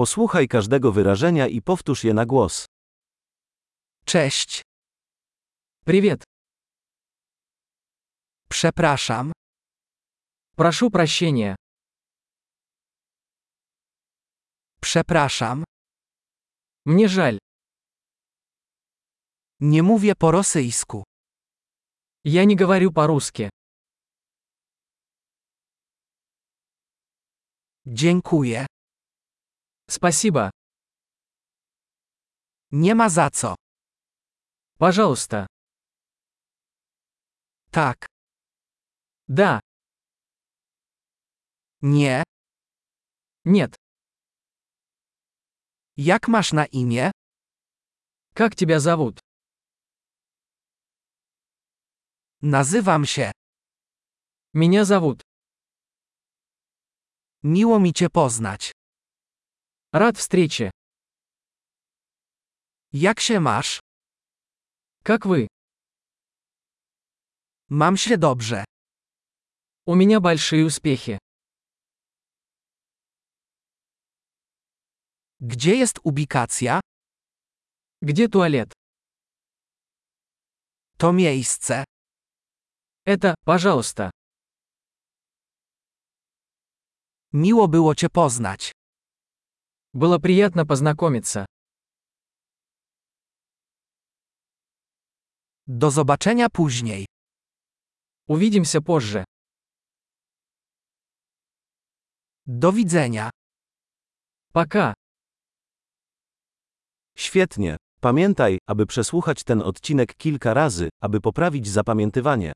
Posłuchaj każdego wyrażenia i powtórz je na głos. Cześć. Привет. Przepraszam. Прошу прощения. Przepraszam. Мне жаль. Nie mówię po rosyjsku. Я не говорю по-русски. Dziękuję. Спасибо. Nie ma za co. Пожалуйста. Так. Да. Не. Нет. Jak masz na imię? Как тебя зовут? Nazywam się. Меня зовут. Miło mi cię poznać. Рад встрече. Jak się masz? Как вы? Mam się dobrze. У меня большие успехи. Gdzie jest ubikacja? Gdzie туалет? To miejsce. Это, пожалуйста. Miło było cię poznać. Было приятно познакомиться. Do zobaczenia później. Увидимся позже. Do widzenia. Пока. Świetnie. Pamiętaj, aby przesłuchać ten odcinek kilka razy, aby poprawić zapamiętywanie.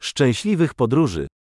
Szczęśliwych podróży!